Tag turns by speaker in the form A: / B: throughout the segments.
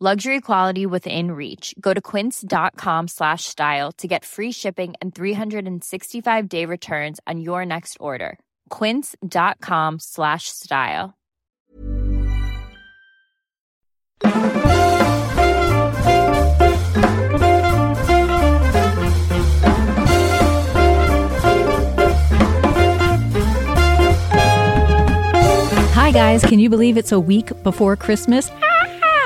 A: Luxury quality within reach. Go to quince.com slash style to get free shipping and 365 day returns on your next order. Quince.com slash style.
B: Hi, guys. Can you believe it's a week before Christmas?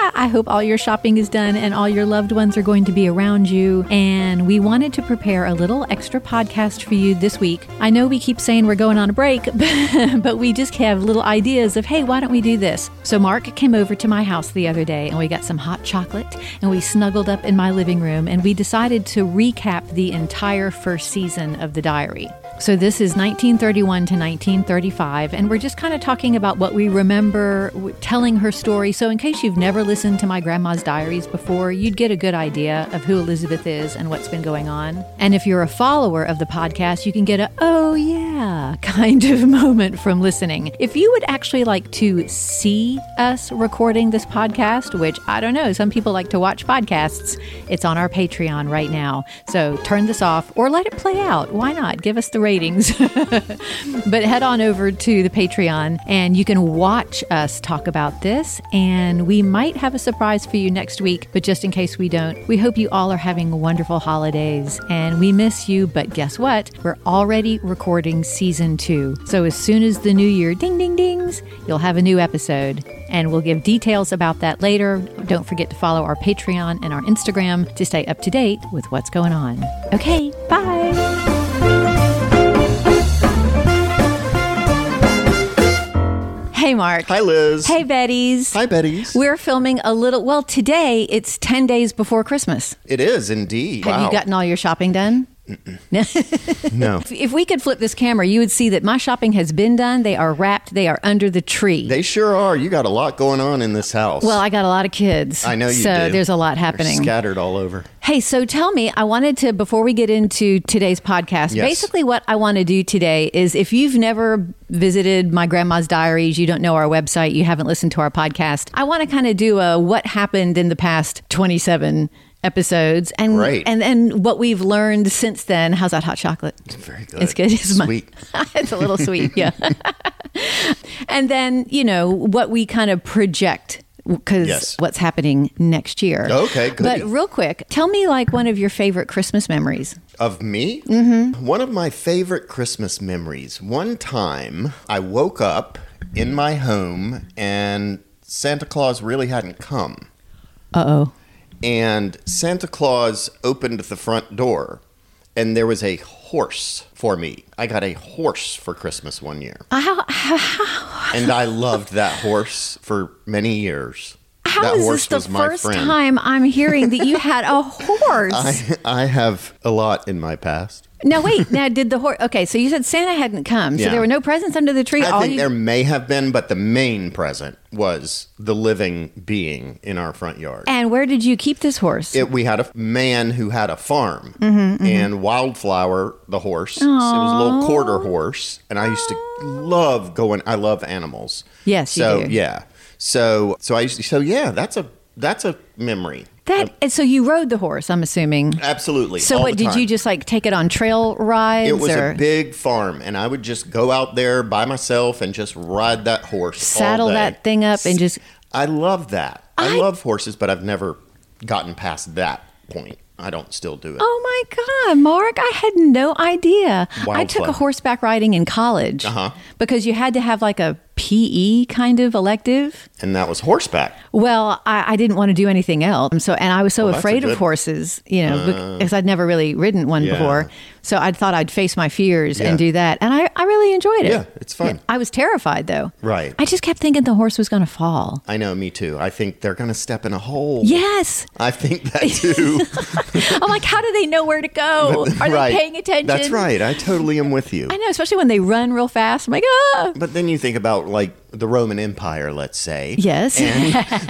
B: Ah, I hope all your shopping is done and all your loved ones are going to be around you. And we wanted to prepare a little extra podcast for you this week. I know we keep saying we're going on a break, but we just have little ideas of, hey, why don't we do this? So, Mark came over to my house the other day and we got some hot chocolate and we snuggled up in my living room and we decided to recap the entire first season of The Diary. So this is 1931 to 1935, and we're just kind of talking about what we remember w- telling her story. So in case you've never listened to my grandma's diaries before, you'd get a good idea of who Elizabeth is and what's been going on. And if you're a follower of the podcast, you can get a oh yeah kind of moment from listening. If you would actually like to see us recording this podcast, which I don't know, some people like to watch podcasts, it's on our Patreon right now. So turn this off or let it play out. Why not? Give us the ratings. but head on over to the Patreon and you can watch us talk about this. And we might have a surprise for you next week, but just in case we don't, we hope you all are having wonderful holidays and we miss you. But guess what? We're already recording season two. So as soon as the new year ding ding dings, you'll have a new episode. And we'll give details about that later. Don't forget to follow our Patreon and our Instagram to stay up to date with what's going on. Okay, bye. Hey, Mark.
C: Hi, Liz.
B: Hey, Betties.
C: Hi, Betties.
B: We're filming a little. Well, today it's 10 days before Christmas.
C: It is indeed.
B: Have
C: wow.
B: you gotten all your shopping done?
C: no.
B: If we could flip this camera, you would see that my shopping has been done. They are wrapped, they are under the tree.
C: They sure are. You got a lot going on in this house.
B: well, I got a lot of kids.
C: I know you
B: So
C: do.
B: there's a lot
C: They're
B: happening.
C: scattered all over.
B: Hey, so tell me, I wanted to, before we get into today's podcast,
C: Yes.
B: basically what I want to do today is if you've never visited my grandma's diaries, you don't know our website, you haven't listened to our podcast, I want to kind of do a what happened in the past 27 episodes and
C: Right.
B: and and what we've learned since then how's that hot chocolate it's
C: very good.
B: it's good it's my-
C: Sweet.
B: it's a little sweet yeah and then you know what we kind of project because
C: Yes.
B: what's happening next year
C: Okay, goody.
B: but real quick, tell me like one of your favorite Christmas memories.
C: Of me? Mm-hmm. One of my favorite Christmas memories. One time I woke up in my home and Santa Claus really hadn't come.
B: Uh oh.
C: And Santa Claus opened the front door and there was a horse for me. I got a horse for Christmas one year.
B: Uh, How, how,
C: and I loved that horse for many years.
B: how
C: That
B: is
C: horse
B: this
C: was
B: the
C: my
B: first
C: friend.
B: time I'm hearing that you had a horse?
C: I, I have a lot in my past.
B: Now wait, now did the horse? Okay, so you said Santa hadn't come, so
C: Yeah.
B: there were no presents under the tree.
C: I
B: All
C: think
B: you-
C: there may have been, but the main present was the living being in our front yard.
B: and where did you keep this horse?
C: It, we had a man who had a farm
B: Mm-hmm,
C: and Wildflower, the horse. It was a little quarter horse. And I used to love going, I love animals.
B: Yes, you
C: so,
B: do.
C: yeah. So, so I used to, so yeah, that's a, that's a memory.
B: that and so you rode the horse, I'm assuming.
C: Absolutely.
B: So
C: all
B: what
C: the
B: did you
C: time.
B: just like take it on trail rides?
C: It was
B: or
C: a big farm, and I would just go out there by myself and just ride that horse. all
B: saddle
C: day.
B: that thing up and just
C: I love that. I,
B: I-
C: love horses, but I've never gotten past that point. I don't still do it.
B: Oh my God, Mark, I had no idea. I took a
C: Wildflower. Uh-huh.
B: horseback riding in college because you had to have like a PE kind of elective.
C: And that was horseback.
B: Well, I, I didn't want to do anything else. And So, and I was so
C: that's a
B: afraid of
C: good- Uh.
B: horses, you know, because I'd never really ridden one
C: Yeah.
B: before. So I thought I'd face my fears
C: Yeah.
B: and do that. And I, I really enjoyed it.
C: Yeah, it's fun.
B: I was terrified though.
C: Right.
B: I just kept thinking the horse was going to fall.
C: I know, me too. I think they're going to step in a hole.
B: Yes.
C: I think that too.
B: I'm like, how do they know where to go? Are
C: right.
B: they paying attention?
C: That's right. I totally am with you.
B: I know, especially when they run real fast. I'm like, ah.
C: But then you think about like the Roman Empire, let's say.
B: Yes.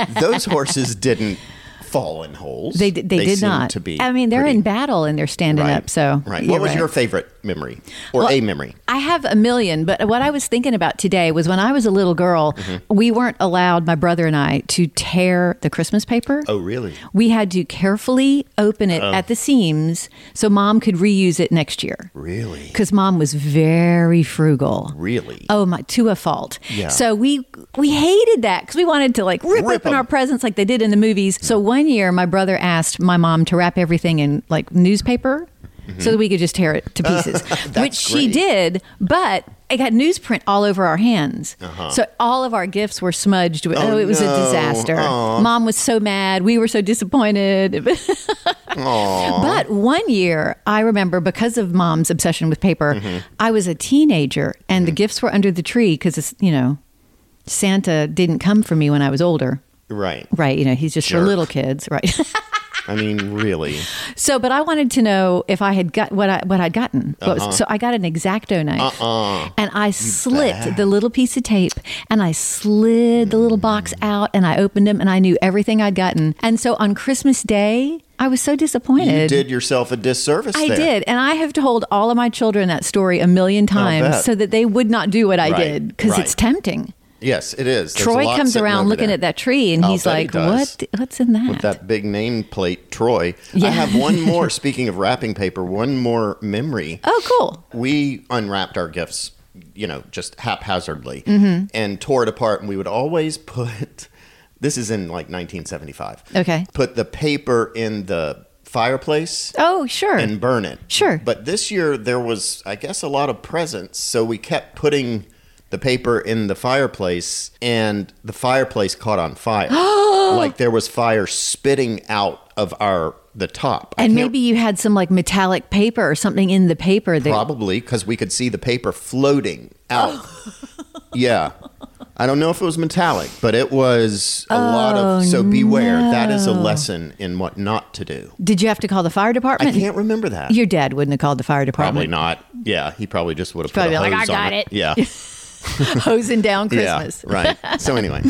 C: And those horses didn't fall in holes.
B: They, d- they, did
C: seem
B: not.
C: To be
B: I mean, they're
C: pretty-
B: in battle and they're standing
C: right.
B: up. So
C: right.
B: you're
C: What was
B: right.
C: your favorite memory or a memory?
B: I have a million, but what I was thinking about today was when I was a little girl,
C: Mm-hmm.
B: we weren't allowed, my brother and I, to tear the Christmas paper.
C: Oh, really?
B: We had to carefully open it at the seams so mom could reuse it next year.
C: Really?
B: Because mom was very frugal.
C: Really?
B: Oh my, to a fault.
C: Yeah.
B: So we we hated that because we wanted to like rip,
C: Rip
B: open
C: 'em.
B: our presents like they did in the movies. So one year, my brother asked my mom to wrap everything in like newspaper so that we could just tear it to pieces, which she
C: great.
B: did. But it got newsprint all over our hands, so all of our gifts were smudged. With, oh, it was
C: Uh-huh. no.
B: a disaster. Mom was so mad. We were so disappointed. But one year, I remember because of mom's obsession with paper,
C: Mm-hmm.
B: I was a teenager and the gifts were under the tree because it's, you know, Santa didn't come for me when I was older.
C: Right.
B: Right. You know, he's just for
C: Jerk.
B: little kids. Right.
C: I mean, really.
B: so, but I wanted to know if I had got what I, what I'd gotten. What
C: Uh-huh.
B: was- so I got an exacto knife
C: Uh-uh.
B: and I slit the little piece of tape and I slid the little box
C: Mm.
B: out and I opened them and I knew everything I'd gotten. And so on Christmas day, I was so disappointed.
C: You did yourself a disservice
B: I
C: there.
B: did, and I have told all of my children that story a million times
C: bet.
B: so that they would not do what I
C: Right,
B: did because
C: right.
B: it's tempting.
C: Yes, it is. There's a
B: Troy
C: lot
B: comes
C: sitting
B: around
C: over
B: looking
C: there.
B: at that tree, and
C: I'll
B: he's
C: bet he
B: like,
C: does.
B: "What? What's in that?"
C: With that big nameplate, Troy. I have one more. speaking of wrapping paper, one more memory.
B: Oh, cool.
C: we unwrapped our gifts, you know, just haphazardly
B: Mm-hmm.
C: and tore it apart. And we would always put this is in like 1975.
B: Okay.
C: Put the paper in the fireplace
B: Oh, sure.
C: and burn it.
B: Sure.
C: But this year there was, I guess, a lot of presents. So we kept putting the paper in the fireplace and the fireplace caught on fire. like there was fire spitting out of our the top. I
B: and
C: can't
B: maybe you had some like metallic paper or something in the paper that
C: Probably because we could see the paper floating out.
B: Oh.
C: yeah. I don't know if it was metallic, but it was a lot of.
B: Oh,
C: So beware. That is a lesson in what not to do.
B: did you have to call the fire
C: I
B: department?
C: can't remember that.
B: Your dad wouldn't have called the fire
C: probably
B: department.
C: not. Yeah. He probably just would have put
B: Probably
C: a
B: like,
C: hose
B: "I
C: on
B: got
C: it.
B: it."
C: Yeah.
B: Hosing down Christmas.
C: Yeah. Right. So, anyway,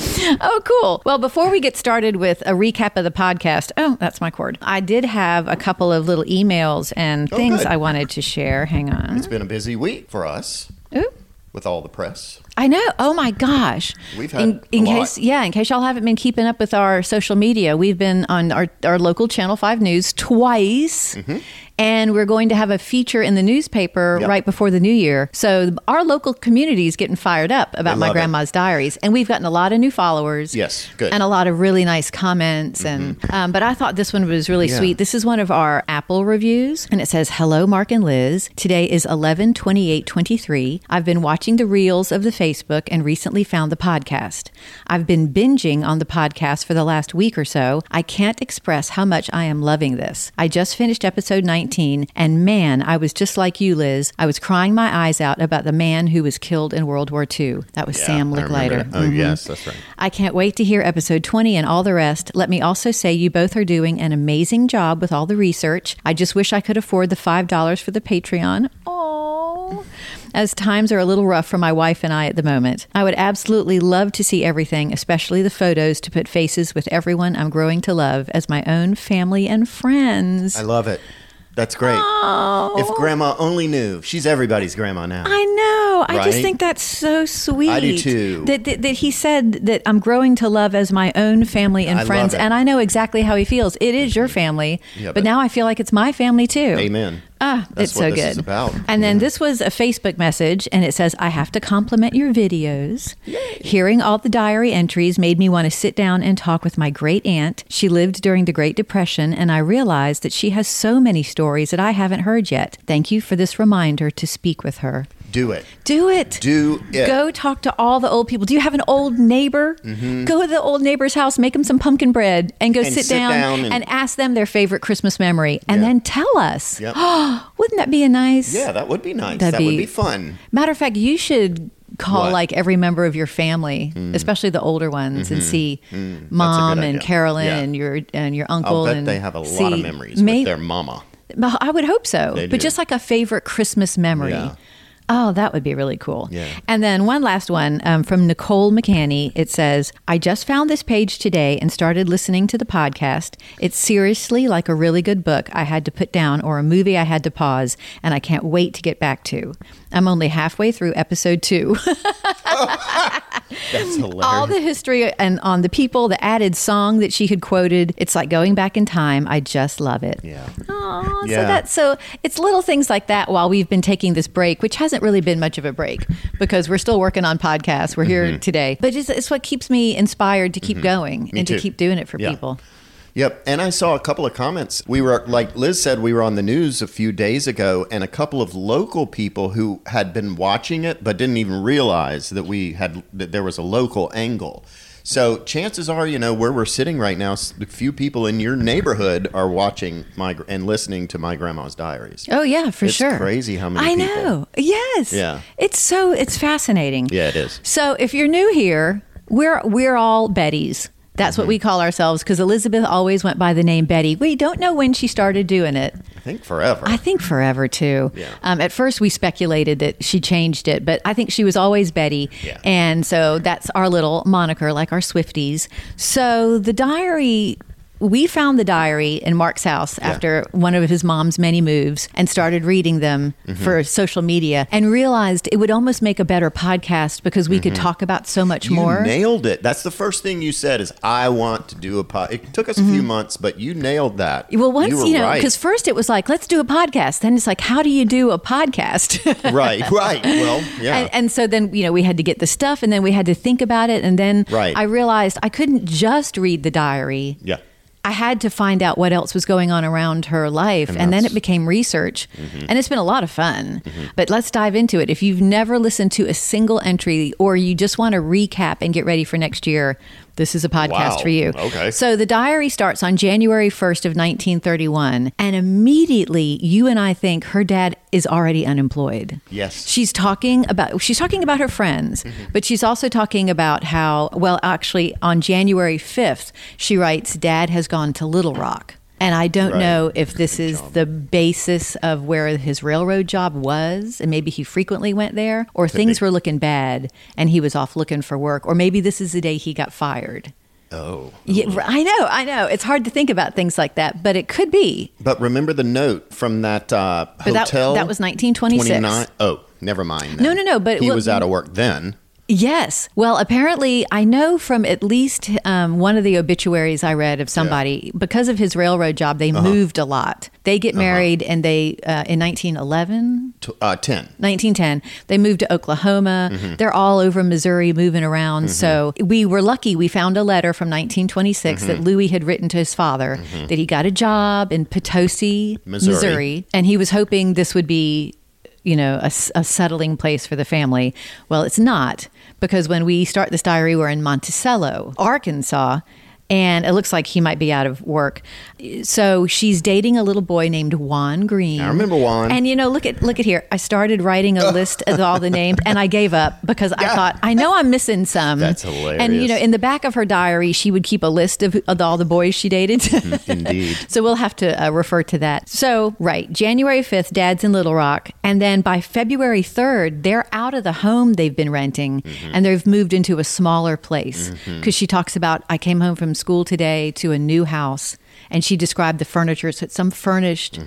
B: Oh, cool. Well, before we get started with a recap of the podcast, oh, that's my cord. I did have a couple of little emails and things
C: Oh, good.
B: I wanted to share. Hang on.
C: it's been a busy week for us
B: Ooh,
C: with all the press.
B: I know. Oh my gosh.
C: We've had
B: in,
C: a
B: in
C: lot.
B: case, yeah, in case y'all haven't been keeping up with our social media, we've been on our, our local Channel Five News twice. And we're going to have a feature in the newspaper
C: Mm-hmm. Yep.
B: right before the new year. So our local community is getting fired up about my
C: love it.
B: grandma's diaries, and we've gotten a lot of new followers.
C: Yes, good.
B: And a lot of really nice comments.
C: Mm-hmm.
B: And um, but I thought this one was really sweet. This is one of our Apple reviews, and it says, "Hello, Mark and Liz. Today is 11 28 23. I've been watching the reels of the Facebook and recently found the podcast. I've been binging on the podcast for the last week or so. I can't express how much I am loving this. I just finished episode 19." 19, and man, I was just like you, Liz. I was crying my eyes out about the man who was killed in World War II. That was Sam
C: I remember
B: Licklider.
C: that. Oh, yes, that's right.
B: I can't wait to hear episode 20 and all the rest. Let me also say you both are doing an amazing job with all the research. I just wish I could afford the $5 for the Patreon. Oh. As times are a little rough for my wife and I at the moment. I would absolutely love to see everything, especially the photos to put faces with everyone I'm growing to love as my own family and friends.
C: I love it. That's great. If grandma only knew, she's everybody's grandma now.
B: I know. I just
C: Right?
B: think that's so sweet.
C: too.
B: That, that, that he said that I'm growing to love as my own family and
C: I love
B: friends,
C: it. Mm-hmm.
B: and I know exactly how he feels. It is your family, but,
C: but-
B: now I feel like it's my family too.
C: Amen.
B: Ah,
C: That's
B: it's
C: what
B: so
C: this
B: good.
C: is about.
B: And then this was a Facebook message, and it says, "I have to compliment your videos. Hearing all the diary entries made me want to sit down and talk with my great aunt. She lived during the Great Depression, and I realized that she has so many stories that I haven't heard yet. Thank you for this reminder to speak with her.
C: Do it.
B: Do it.
C: Do it.
B: Go talk to all the old people. Do you have an old neighbor? Go to the old neighbor's house, make them some pumpkin bread, and go
C: Mm-hmm. And
B: sit,
C: sit
B: down,
C: down
B: and,
C: and-
B: ask them their favorite Christmas memory, and
C: Yeah.
B: then tell us.
C: Yep.
B: Wouldn't that be a nice?
C: Yeah, that would be nice.
B: That'd
C: That would
B: be-
C: be fun.
B: Matter of fact, you should call
C: What? Mm.
B: like every member of your family, especially the older ones,
C: Mm-hmm.
B: and see mom and
C: idea.
B: Carolyn
C: Yeah.
B: and your and your
C: I'll
B: uncle.
C: bet
B: and
C: they have a lot of
B: see-
C: memories
B: may-
C: with their mama.
B: well, I would hope so.
C: They
B: But
C: do.
B: just like a favorite Christmas memory.
C: Yeah.
B: Oh, that would be really cool.
C: Yeah.
B: And then one last one um, from Nicole McCanny. It says, I just found this page today and started listening to the podcast. It's seriously like a really good book I had to put down or a movie I had to pause, and I can't wait to get back to. I'm only halfway through episode two.
C: That's hilarious.
B: all the history and on the people, the added song that she had quoted. It's like going back in time. I just love it.
C: Yeah.
B: Aw, so
C: Yeah.
B: that so it's little things like that while we've been taking this break, which hasn't really been much of a break because we're still working on podcasts. We're
C: Mm-hmm.
B: here today, but it's, it's what keeps me inspired to keep going and to
C: too.
B: keep doing it for
C: Yeah.
B: people.
C: Yep. And I saw a couple of comments. We were, like Liz said, we were on the news a few days ago, and a couple of local people who had been watching it but didn't even realize that we had, that there was a local angle. So chances are, you know, where we're sitting right now, s- the few people in your neighborhood are watching my gr- and listening to my grandma's diaries.
B: Oh yeah, for
C: It's
B: sure.
C: crazy how many
B: I
C: people-
B: know. Yes.
C: Yeah.
B: It's so it's fascinating.
C: Yeah, it is.
B: So if you're new here, we're we're all Bettys. That's
C: Mm-hmm.
B: what we call ourselves because Elizabeth always went by the name Betty. We don't know when she started doing it.
C: I think forever.
B: I think forever too.
C: Yeah.
B: Um, at first, we speculated that she changed it, but I think she was always Betty.
C: Yeah.
B: And so that's our little moniker, like our Swifties. So the diary. We found the diary in Mark's house after one of his mom's many moves and started reading them
C: Mm-hmm.
B: for social media and realized it would almost make a better podcast because we could talk about so much
C: Mm-hmm. You
B: more.
C: nailed it. That's the first thing you said is I want to do a pod. It took us a few months, but you nailed that.
B: Mm-hmm. well, once
C: were
B: you, know,
C: right.
B: because first it was like, let's do a podcast. Then it's like, how do you do a podcast?
C: right, right. Well, yeah.
B: And, and so then, you know, we had to get the stuff and then we had to think about it. And then
C: Right.
B: I realized I couldn't just read the diary.
C: yeah.
B: I had to find out what else was going on around her life. And, then it became research.
C: Mm-hmm.
B: And it's been a lot of fun. But let's dive into it. If you've never listened to a single entry or you just want to recap and get ready for next year, this is a podcast
C: Wow.
B: for you.
C: Okay.
B: So the diary starts on January 1st of 1931. And immediately you and I think her dad is already unemployed.
C: Yes. Mm-hmm.
B: She's talking about she's talking about her friends, but she's also talking about how well actually on January 5th she writes dad has gone to Little Rock. And I don't
C: Right.
B: know if this is the basis of where his railroad job was and maybe he frequently went there or things were looking bad and he was off looking for work or maybe this is the day he got fired.
C: Oh.
B: Yeah, r- I know, I know. It's hard to think about things like that, but it could be.
C: But remember the note from that uh,
B: But that-
C: hotel.
B: that was 1926.
C: 29 Oh, never mind. then.
B: No, no, no, but
C: he
B: what-
C: was out of work then.
B: Yes. Well, apparently, I know from at least um, one of the obituaries I read of somebody because of his railroad job, they
C: Uh-huh.
B: moved a lot. They get married, and they uh, in 1911,
C: T- uh, Ten.
B: 1910, they moved to Oklahoma.
C: Mm-hmm.
B: They're all over Missouri, moving around. So we were lucky. We found a letter from 1926
C: Mm-hmm.
B: that Louis had written to his father that he got a job in Potosi,
C: Missouri.
B: and he was hoping this would be you know a, s- a settling place for the family well it's not because when we start this diary we're in monticello arkansas and it looks like he might be out of work. So she's dating a little boy named Juan Green.
C: I remember Juan.
B: And you know, look at look at here. I started writing a list of all the names, and I gave up because I thought I know I'm missing some.
C: That's
B: And you know,
C: hilarious.
B: in the back of her diary, she would keep a list of, of all the boys she dated.
C: Indeed.
B: So we'll have to uh, refer to that. So, right, January 5th, dad's in Little Rock. And then by February 3rd, they're out of the home they've been renting and they've moved into a smaller place. Because she talks about, I came home from school today to a new house. And she described the furniture. So it's some furnished,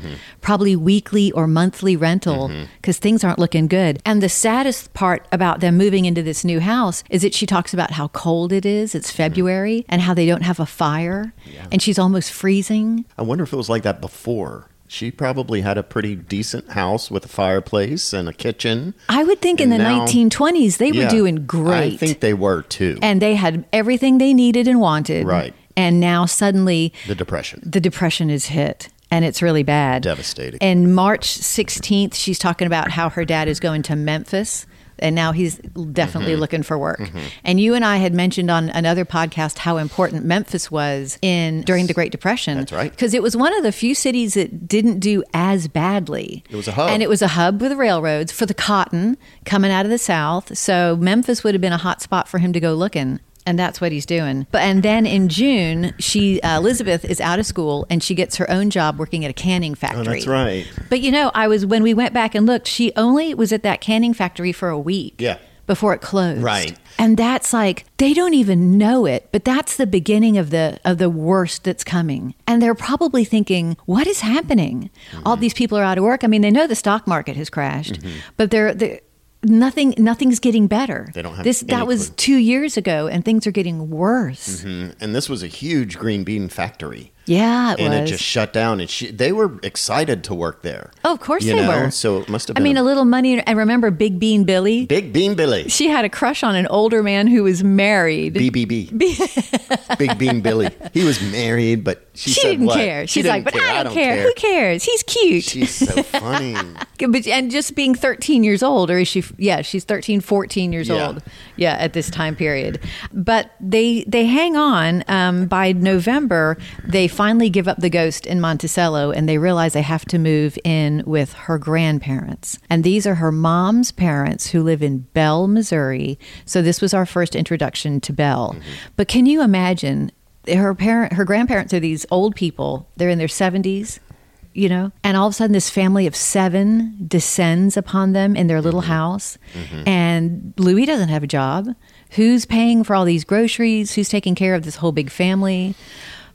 B: probably weekly or monthly rental because things aren't looking good. And the saddest part about them moving into this new house is that she talks about how cold it is. It's February and how they don't have a fire. And she's almost freezing.
C: I wonder if it was like that before. She probably had a pretty decent house with a fireplace and a kitchen.
B: I would think in the
C: And now-
B: 1920s they were
C: Yeah.
B: doing great.
C: I think they were too.
B: and they had everything they needed and wanted.
C: Right.
B: And now suddenly
C: the depression.
B: the depression is hit and it's really bad.
C: Devastating.
B: And March 16th, she's talking about how her dad is going to Memphis. And now he's definitely
C: Mm-hmm.
B: looking for work. And you and I had mentioned on another podcast how important Memphis was in during the Great Depression.
C: That's right.
B: Because it was one of the few cities that didn't do as badly. It
C: was a hub.
B: And it was a hub with railroads for the cotton coming out of the South. So Memphis would have been a hot spot for him to go looking. And that's what he's doing. But and then in June, she uh, Elizabeth is out of school and she gets her own job working at a canning factory.
C: Oh, right.
B: But you know, I was when we went back and looked, she only was at that canning factory for a week.
C: Yeah.
B: Before it closed.
C: Right.
B: And that's like they don't even know it, but that's the beginning of the of the worst that's coming. And they're probably thinking, what is happening?
C: Mm-hmm.
B: All these people are out of work. I mean, they know the stock market has crashed, but they're, they're nothing nothing's getting better. They
C: don't have
B: this that
C: any
B: was
C: clue. Mm-hmm.
B: 2 years ago and things are getting worse.
C: And this was a huge green bean factory.
B: Yeah, it
C: and
B: was.
C: it just shut down. And she, they were excited to work there.
B: Oh, of course
C: you
B: they
C: know?
B: were.
C: So it must have
B: I
C: been.
B: mean, a little money and remember Big Bean Billy?
C: Big Bean Billy.
B: she had a crush on an older man who was married.
C: BBB. Big Bean Billy. He was married, but she,
B: she
C: said
B: didn't
C: what?
B: care.
C: She
B: She's like,
C: didn't
B: but I, don't care. Who cares? He's cute.
C: She's so funny.
B: but, and just being 13 years old, or is she? Yeah, she's 13, 14 years
C: Yeah.
B: old. Yeah, at this time period. But they they hang on. Um, by November, they finally give up the ghost in Monticello, and they realize they have to move in with her grandparents. And these are her mom's parents who live in Bell, Missouri. So this was our first introduction to Bell. But can you imagine? Her parent, her grandparents are these old people. They're in their 70s you know and all of a sudden this family of seven descends upon them in their little
C: Mm-hmm.
B: house and louis doesn't have a job who's paying for all these groceries who's taking care of this whole big family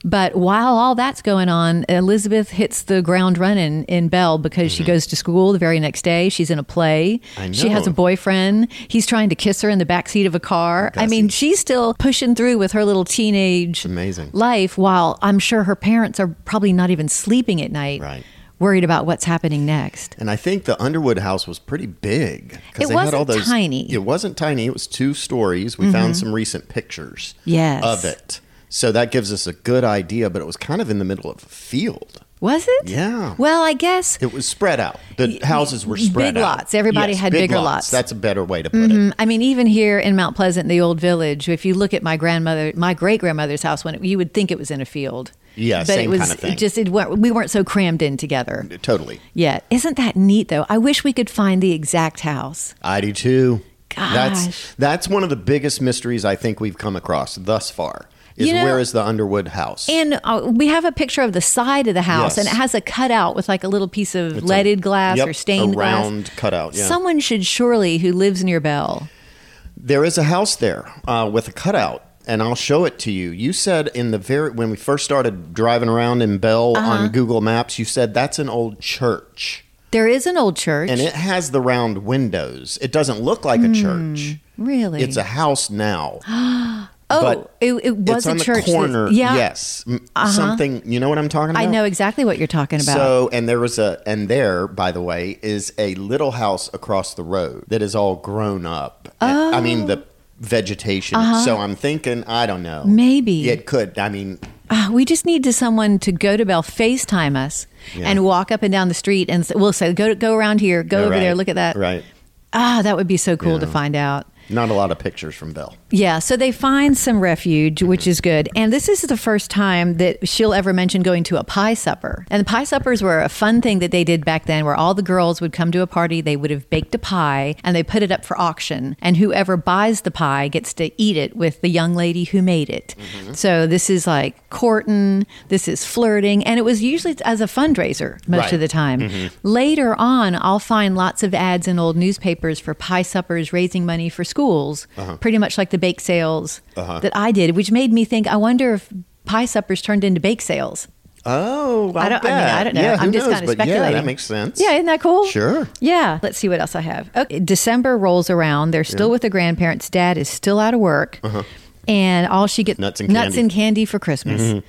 B: but while all that's going on elizabeth hits the ground running in bell because she goes to school the very next day she's in a play
C: Mm-hmm. I
B: she has a
C: know.
B: boyfriend he's trying to kiss her in the back seat of a car i mean she's still pushing through with her little teenage
C: Amazing.
B: life while I'm sure her parents are probably not even sleeping at night,
C: Right.
B: worried about what's happening next.
C: And I think the Underwood house was pretty big. 'cause
B: It wasn't tiny. Mm-hmm.
C: It wasn't tiny. It was two stories. We found some recent pictures
B: Yes.
C: of it. So that gives us a good idea, but it was kind of in the middle of a field.
B: Was it?
C: Yeah.
B: Well, I guess
C: It was spread out. The houses were spread
B: big
C: out.
B: lots. Everybody had
C: big
B: bigger lots. Mm-hmm.
C: That's a better way to put it.
B: I mean, even here in Mount Pleasant, the old village, if you look at my grandmother, my great grandmother's house, when it, you would think it was in a field.
C: Yeah,
B: but
C: same
B: it was
C: kind of thing.
B: it just it, wa- we weren't so crammed in together.
C: Totally.
B: Yeah, isn't that neat though? I wish we could find the exact house.
C: I do too.
B: Gosh.
C: That's that's one of the biggest mysteries I think we've come across thus far. Is
B: You know-
C: where is the Underwood house?
B: And uh, we have a picture of the side of the house,
C: Yes.
B: and it has a cutout with like a little piece of leaded glass
C: yep,
B: or stained
C: a
B: glass.
C: round cutout, yeah.
B: Someone should surely who lives near Bell.
C: there is a house there uh, with a cutout, and I'll show it to you. You said in the very when we first started driving around in Bell
B: Uh-huh.
C: on Google Maps, you said that's an old church,
B: There is an old church.
C: and it has the round windows. It doesn't look like a church.
B: Hmm. really?
C: It's a house now.
B: oh,
C: but
B: it, it was
C: it's
B: a
C: on the
B: church. that-
C: corner.
B: yeah, Uh-huh.
C: Yes. M- Something. You know what I'm talking about?
B: I know exactly what you're talking about.
C: So, and there was a, and there, by the way, is a little house across the road that is all grown up. And- I mean,
B: Oh.
C: the vegetation. So I'm thinking, I don't know.
B: Uh-huh. Maybe.
C: It could. I mean,
B: Ah, we just need to someone to go to Bell, FaceTime us, and walk up and down the street, and s- we'll say, "Go, go around here, go over
C: right,
B: there, look at that."
C: Right.
B: Ah, that would be so cool to find out.
C: Not a lot of pictures from Bell.
B: Yeah, so they find some refuge, which is good. And this is the first time that she'll ever mention going to a pie supper. And the pie suppers were a fun thing that they did back then where all the girls would come to a party, they would have baked a pie, and they put it up for auction. And whoever buys the pie gets to eat it with the young lady who made it. So this is like courting, this is flirting, and it was usually as a fundraiser most
C: Right. Mm-hmm.
B: of the time. Later on, I'll find lots of ads in old newspapers for pie suppers raising money for schools,
C: Uh-huh.
B: pretty much like the bake sales that I did, which made me think, I wonder if pie suppers turned into bake sales.
C: Oh, I'll
B: I don't- I mean, I
C: bet.
B: don't know.
C: Yeah, who
B: I'm just
C: knows?
B: kinda
C: But Yeah, that
B: speculating.
C: makes sense.
B: Yeah, isn't that cool?
C: Sure.
B: Yeah. Let's see what else I have. Okay. December rolls around. They're still with the grandparents. Dad is still out of work. And all she gets
C: Uh-huh. Nuts and candy. Mm-hmm.
B: candy for Christmas.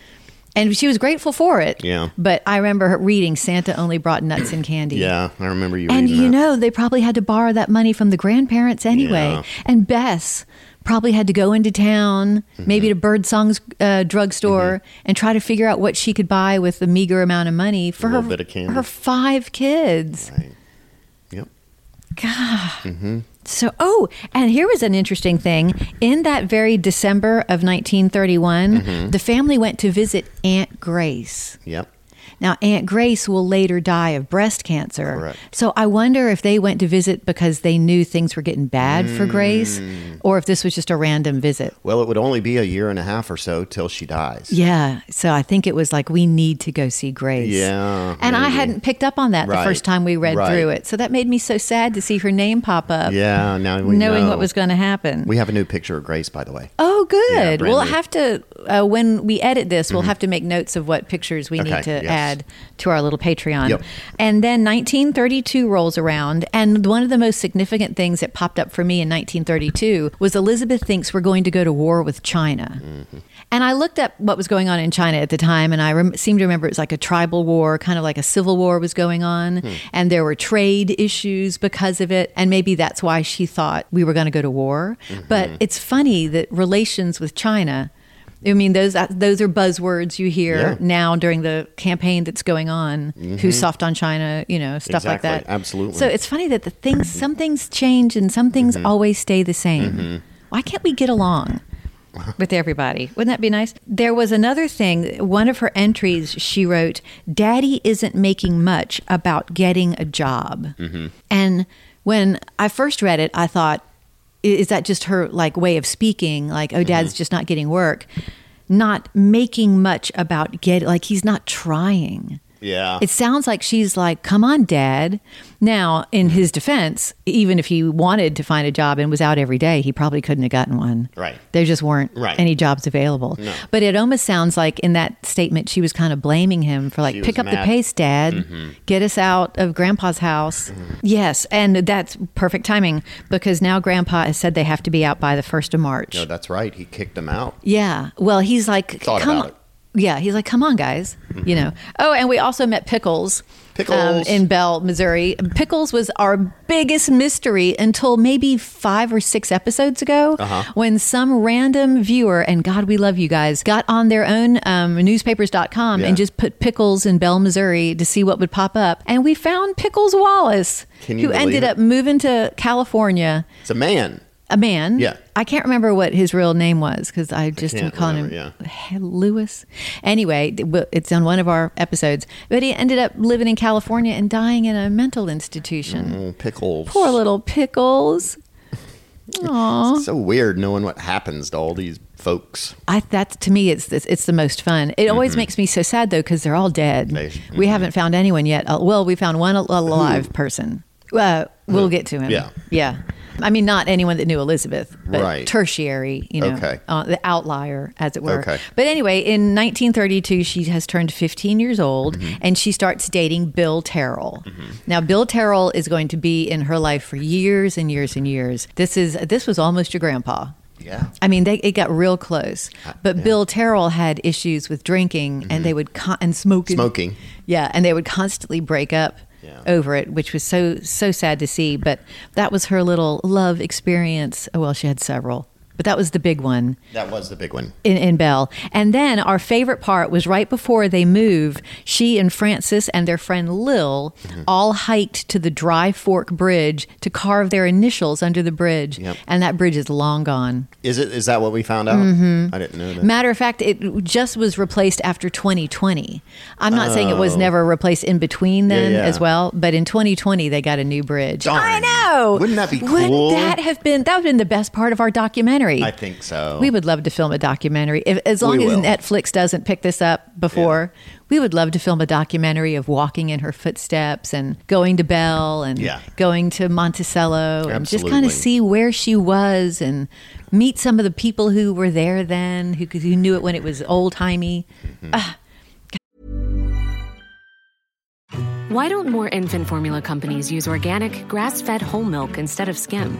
B: And she was grateful for it.
C: Yeah.
B: But I remember her reading Santa only brought nuts and candy.
C: Yeah, I remember you.
B: And
C: reading
B: you
C: that.
B: know, they probably had to borrow that money from the grandparents anyway.
C: Yeah.
B: And Bess probably had to go into town,
C: Mm-hmm.
B: maybe to Bird Song's uh, drugstore, and try to figure out what she could buy with the meager amount of money for her
C: little bit of candy.
B: her five kids.
C: Yep.
B: So, oh, and here was an interesting thing. In that very December of 1931,
C: Mm-hmm.
B: the family went to visit Aunt Grace.
C: Yep.
B: Now, Aunt Grace will later die of breast cancer.
C: Correct.
B: So I wonder if they went to visit because they knew things were getting bad for Grace
C: Mm.
B: or if this was just a random visit.
C: Well, it would only be a year and a half or so till she dies.
B: Yeah. So I think it was like, we need to go see Grace.
C: Yeah,
B: And I
C: maybe.
B: hadn't picked up on that the
C: Right.
B: first time we read
C: Right.
B: through it. So that made me so sad to see her name pop up,
C: Yeah, now we
B: knowing
C: know.
B: what was going to happen.
C: We have a new picture of Grace, by the way.
B: Oh,
C: Yeah,
B: good.
C: brand
B: we'll
C: new. Mm-hmm.
B: have to, uh, when we edit this, we'll have to make notes of what pictures we
C: Okay,
B: need to
C: yes.
B: add to our little Patreon.
C: Yep.
B: And then 1932 rolls around. And one of the most significant things that popped up for me in 1932 was Elizabeth thinks we're going to go to war with China. And I looked up what was going on in China at the time, and I rem- seem to remember it was like a tribal war, kind of like a civil war was going on,
C: Hmm.
B: and there were trade issues because of it, and maybe that's why she thought we were going to go to war.
C: Mm-hmm.
B: But it's funny that relations with China. I mean, those that- those are buzzwords you hear
C: Yeah. Mm-hmm.
B: now during the campaign that's going on. Who's soft on China? You know, stuff
C: Exactly.
B: like that.
C: Absolutely. Mm-hmm.
B: So it's funny that the things, some things change, and some things always stay the same. Why can't we get along? with everybody. Wouldn't that be nice? There was another thing. One of her entries, she wrote, Daddy isn't making much about getting a job. And when I first read it, I thought, i- is that just her like way of speaking? Like, oh, dad's just not getting work, not making much about get like he's not trying.
C: Yeah.
B: It sounds like she's like, come on, dad. Now, in his defense, even if he wanted to find a job and was out every day, he probably couldn't have gotten one.
C: Right.
B: There just weren't
C: Right.
B: any jobs available. But it almost sounds like in that statement, she was kind of blaming him for like,
C: She
B: pick up
C: was
B: the
C: mad. Mm-hmm.
B: pace, dad. Get us out of grandpa's house. Yes. And that's perfect timing because now grandpa has said they have to be out by the 1st of March.
C: No, that's right. He kicked them out.
B: Yeah. Well, he's like,
C: Thought
B: come
C: about
B: on.
C: it.
B: Yeah, he's like, come on, guys. You know. Oh, and we also met Pickles. um,
C: Pickles.
B: in Bell, Missouri. Pickles was our biggest mystery until maybe five or six episodes ago
C: Uh-huh.
B: when some random viewer, and God, we love you guys, got on their own um, newspapers.com
C: Yeah.
B: and just put Pickles in Bell, Missouri to see what would pop up. And we found Pickles Wallace,
C: Can you
B: who
C: believe
B: ended
C: it?
B: up moving to California
C: It's a man.
B: a man.
C: Yeah.
B: I can't remember what his real name was because I just am
C: can't
B: calling him
C: remember,
B: Lewis. Anyway, th- well, it's on one of our episodes. But he ended up living in California and dying in a mental institution.
C: Oh, pickles.
B: Poor little Pickles.
C: It's so weird knowing what happens to all these folks.
B: I, that's to me, it's, it's it's the most fun. It always makes me so sad though because they're all dead.
C: Mm-hmm. They- mm-hmm.
B: We haven't found anyone yet. Uh, well, we found one al- alive person. Uh, we'll get to him.
C: Yeah.
B: yeah. I mean, not anyone that knew Elizabeth, but
C: Right.
B: tertiary. You know,
C: Okay.
B: uh, the outlier, as it were.
C: Okay.
B: But anyway, in 1932, she has turned 15 years old,
C: Mm-hmm.
B: and she starts dating Bill Terrell. Now, Bill Terrell is going to be in her life for years and years and years. This is this was almost your grandpa.
C: Yeah.
B: I mean, they, it got real close.
C: Uh,
B: But Bill Terrell had issues with drinking, and they would con- and smoking.
C: Mm-hmm. Smoking.
B: yeah, and they would constantly break up
C: Yeah.
B: over it, which was so so sad to see. But that was her little love experience. Oh, well, she had several. But that was the big one
C: That was the big one.
B: in, in Belle. And then our favorite part was right before they moved, she and Francis and their friend Lil
C: Mm-hmm.
B: all hiked to the Dry Fork Bridge to carve their initials under the bridge. And that bridge is long gone.
C: Is it? Is that what we found out?
B: Mm-hmm.
C: I didn't know that.
B: Matter of fact, it just was replaced after 2020. I'm not saying it was never replaced in between then
C: Oh. yeah.
B: as well, but in 2020 they got a new bridge.
C: Darn.
B: I know.
C: Wouldn't that be cool?
B: Wouldn't that have been that would have been the best part of our documentary?
C: I think so.
B: We would love to film a documentary. If, as long
C: We
B: as
C: will.
B: Netflix doesn't pick this up before, we would love to film a documentary of walking in her footsteps and going to Belle and
C: Yeah.
B: going to Monticello and just kind
C: Absolutely.
B: of see where she was and meet some of the people who were there then, who, who knew it when it was old timey.
D: Why don't more infant formula companies use organic, grass fed whole milk instead of skim?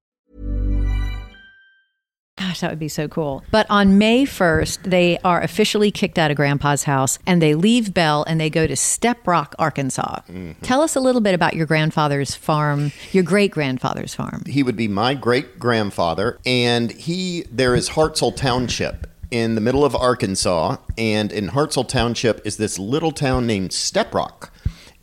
B: Gosh, that would be so cool. But on May 1st, they are officially kicked out of Grandpa's house and they leave Bell and they go to Step Rock, Arkansas.
C: Mm-hmm.
B: Tell us a little bit about your grandfather's farm, your great grandfather's farm.
C: he would be my great grandfather, and he there is Hartzell Township in the middle of Arkansas, and in Hartzell Township is this little town named Step Rock,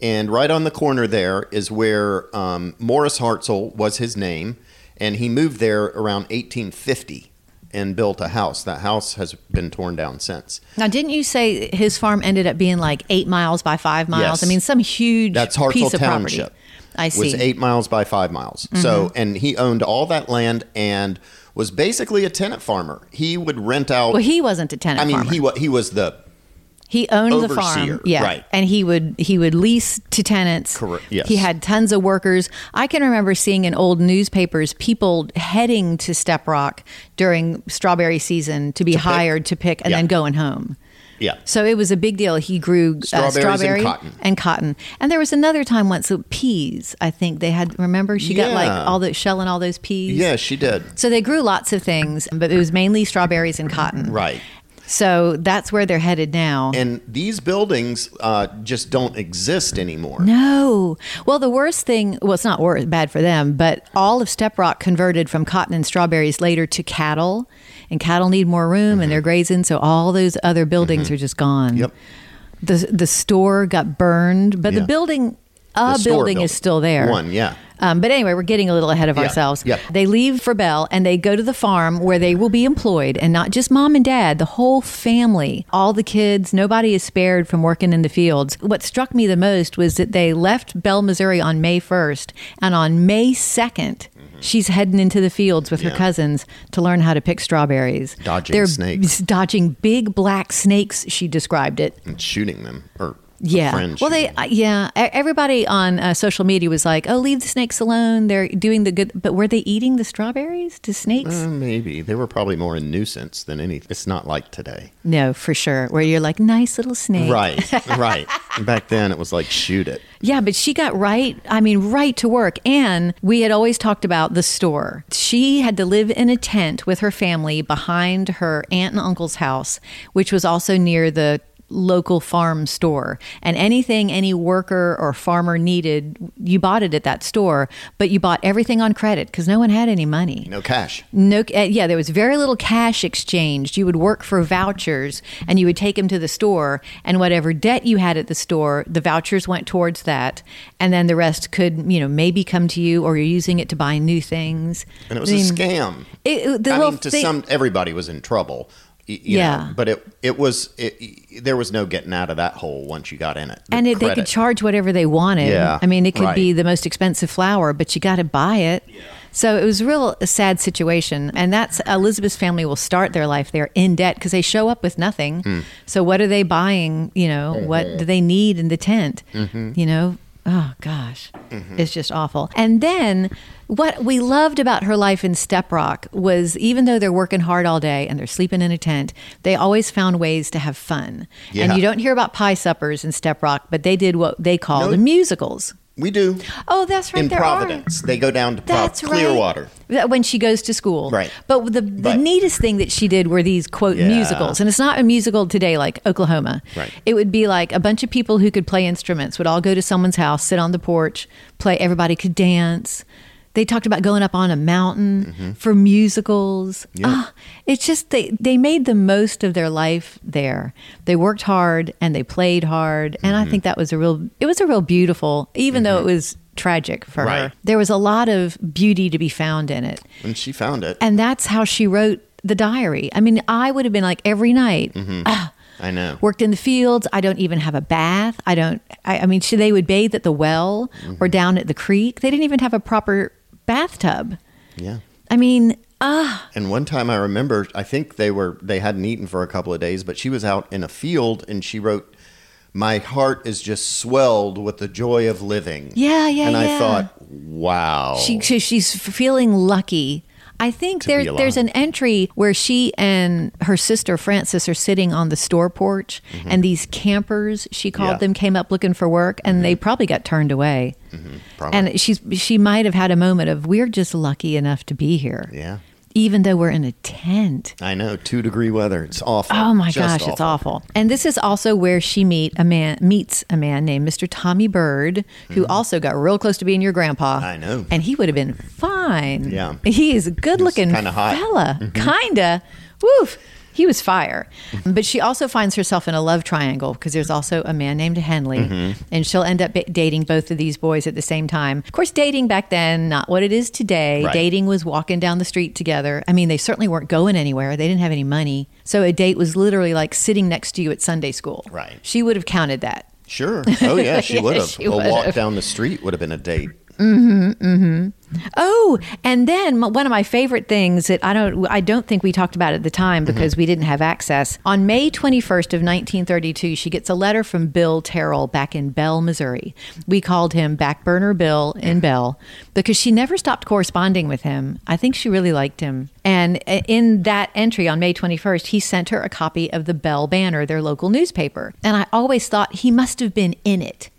C: and right on the corner there is where um, Morris Hartzell was his name, and he moved there around 1850 and built a house. That house has been torn down since.
B: Now, didn't you say his farm ended up being like eight miles by five miles?
C: Yes.
B: I mean, some huge
C: That's Hartzell
B: piece of
C: Township.
B: property. I see. Mm-hmm.
C: was eight miles by five miles. So, and he owned all that land and was basically a tenant farmer. He would rent out.
B: well, he wasn't a tenant
C: I mean,
B: farmer.
C: he was he was the
B: He owned the farm,
C: Overseer,
B: yeah,
C: right.
B: and he would he would lease to tenants.
C: Correct, yes.
B: He had tons of workers. I can remember seeing in old newspapers people heading to Step Rock during strawberry season to be hired to pick and
C: Yeah.
B: then going home.
C: yeah.
B: So it was a big deal. He grew uh,
C: Strawberries and
B: strawberry
C: cotton.
B: and cotton. And there was another time once uh, peas. I think they had. Remember, she got like
C: Yeah.
B: all the shell and all those peas.
C: Yeah, she did.
B: So they grew lots of things, but it was mainly strawberries and cotton.
C: Right.
B: So that's where they're headed now.
C: And these buildings uh, just don't exist anymore.
B: No. Well, the worst thing, well, it's not wor bad for them, but all of Step Rock converted from cotton and strawberries later to cattle, and cattle need more room and they're grazing, so all those other buildings are just gone.
C: Mm-hmm. Yep.
B: The the store got burned, but the
C: Yeah.
B: building a
C: The store
B: building,
C: building.
B: is still there.
C: One, yeah.
B: Um, but anyway, we're getting a little ahead of
C: Yeah,
B: ourselves.
C: yeah.
B: They leave for Bell and they go to the farm where they will be employed, and not just mom and dad, the whole family, all the kids. Nobody is spared from working in the fields. What struck me the most was that they left Bell, Missouri on May 1st, and on May 2nd,
C: Mm-hmm.
B: she's heading into the fields with her cousins to learn how to pick strawberries.
C: Dodging snakes.
B: Dodging big black snakes, she described it.
C: And shooting them or
B: Yeah.
C: friends.
B: well, they uh, yeah. e- Everybody on uh, social media was like, "Oh, leave the snakes alone. They're doing the good." But were they eating the strawberries? Do snakes?
C: Eh, Mm. maybe they were probably more a nuisance than anything. It's not like today.
B: no, for sure. Where you're like, "Nice little snake."
C: Right, right. Back then it was like shoot it.
B: Yeah, but she got right. I mean, right to work. And we had always talked about the store. She had to live in a tent with her family behind her aunt and uncle's house, which was also near the local farm store. And anything any worker or farmer needed, you bought it at that store, but you bought everything on credit because no one had any money.
C: No cash.
B: No, uh, yeah, there was very little cash exchanged. You would work for vouchers, and you would take them to the store, and whatever debt you had at the store, the vouchers went towards that, and then the rest could, you know, maybe come to you, or you're using it to buy new things.
C: And it was
B: I mean,
C: a scam.
B: It, it- the
C: I
B: little
C: mean, to
B: thing-
C: some everybody was in trouble. y- you know,
B: Yeah.
C: but it it was it, y- there was no getting out of that hole once you got in it. The
B: and it, they could
C: credit.
B: charge whatever they wanted.
C: Yeah,
B: I mean, it could be
C: right.
B: the most expensive flower, but you got to buy it. So it was a real sad situation. And that's Elizabeth's family will start their life there in debt because they show up with nothing.
C: Hmm.
B: So what are they buying? You know,
C: Mm-hmm.
B: what do they need in the tent? You know, oh gosh,
C: Mm-hmm.
B: it's just awful. And then what we loved about her life in Step Rock was even though they're working hard all day and they're sleeping in a tent, they always found ways to have fun. And
C: Yeah.
B: you don't hear about pie suppers in Step Rock, but they did what they called musicals.
C: we do
B: Oh, that's right.
C: in
B: there
C: Providence.
B: Are.
C: They go down to Pro-
B: That's right.
C: Clearwater.
B: That- When she goes to school.
C: Right.
B: But the, the
C: But-
B: neatest thing that she did were these quote
C: Yeah.
B: musicals. And it's not a musical today like Oklahoma.
C: Right.
B: It would be like a bunch of people who could play instruments would all go to someone's house, sit on the porch, play, everybody could dance. They talked about going up on a mountain
C: Mm-hmm.
B: for musicals. Ah, it's just they, they made the most of their life there. They worked hard and they played hard. And
C: Mm-hmm.
B: I think that was a real it was a real beautiful, even though it was tragic for
C: Right.
B: her. There was a lot of beauty to be found in it.
C: And she found it.
B: And that's how she wrote the diary. I mean, I would have been like every night,
C: Mm-hmm.
B: "Ah,
C: I know.
B: worked in the fields. I don't even have a bath. I don't, I, I mean, she, they would bathe at the well
C: Mm-hmm.
B: or down at the creek. They didn't even have a proper bathtub.
C: Yeah.
B: I mean, ah,
C: And one time I remember, I think they were they hadn't eaten for a couple of days, but she was out in a field and she wrote, "My heart is just swelled with the joy of living."
B: Yeah, yeah,
C: And
B: yeah.
C: I thought, wow,
B: She, she she's feeling lucky. I think
C: Oh. be
B: there,
C: alive.
B: there's an entry where she and her sister Frances are sitting on the store porch, and these campers, she called
C: Mm-hmm. Yeah. Mm-hmm.
B: them, came up looking for work, and they probably got turned away.
C: probably.
B: And she's she might have had a moment of we're just lucky enough to be here,
C: yeah,
B: even though we're in a tent.
C: I know. Two degree weather. It's awful.
B: Oh my
C: Just
B: gosh, it's awful. And this is also where she meet a man meets a man named Mr. Tommy Bird, who also got real close to being your grandpa.
C: Hmm. I know.
B: And he would have been fine.
C: Yeah.
B: He is a good looking
C: kinda hot.
B: fella.
C: Mm-hmm.
B: Kinda. Woof. He was fire. But she also finds herself in a love triangle because there's also a man named Henley.
C: Mm-hmm.
B: And she'll end up ba- dating both of these boys at the same time. Of course, dating back then, not what it is today.
C: Right.
B: Dating was walking down the street together. I mean, they certainly weren't going anywhere. They didn't have any money. So a date was literally like sitting next to you at Sunday school.
C: Right.
B: She would have counted that.
C: Sure. Oh yeah, she
B: Yeah,
C: would have.
B: she
C: A
B: would have.
C: walk down the street would have been a date.
B: Oh, and then m- one of my favorite things that I don't I don't think we talked about at the time because we didn't have access. On May 21st of 1932, she gets a letter from Bill Terrell back in Bell, Missouri. We called him Backburner Bill in Bell because she never stopped corresponding with him. I think she really liked him. And uh, in that entry on May 21st, he sent her a copy of the Bell Banner, their local newspaper. And I always thought he must have been in it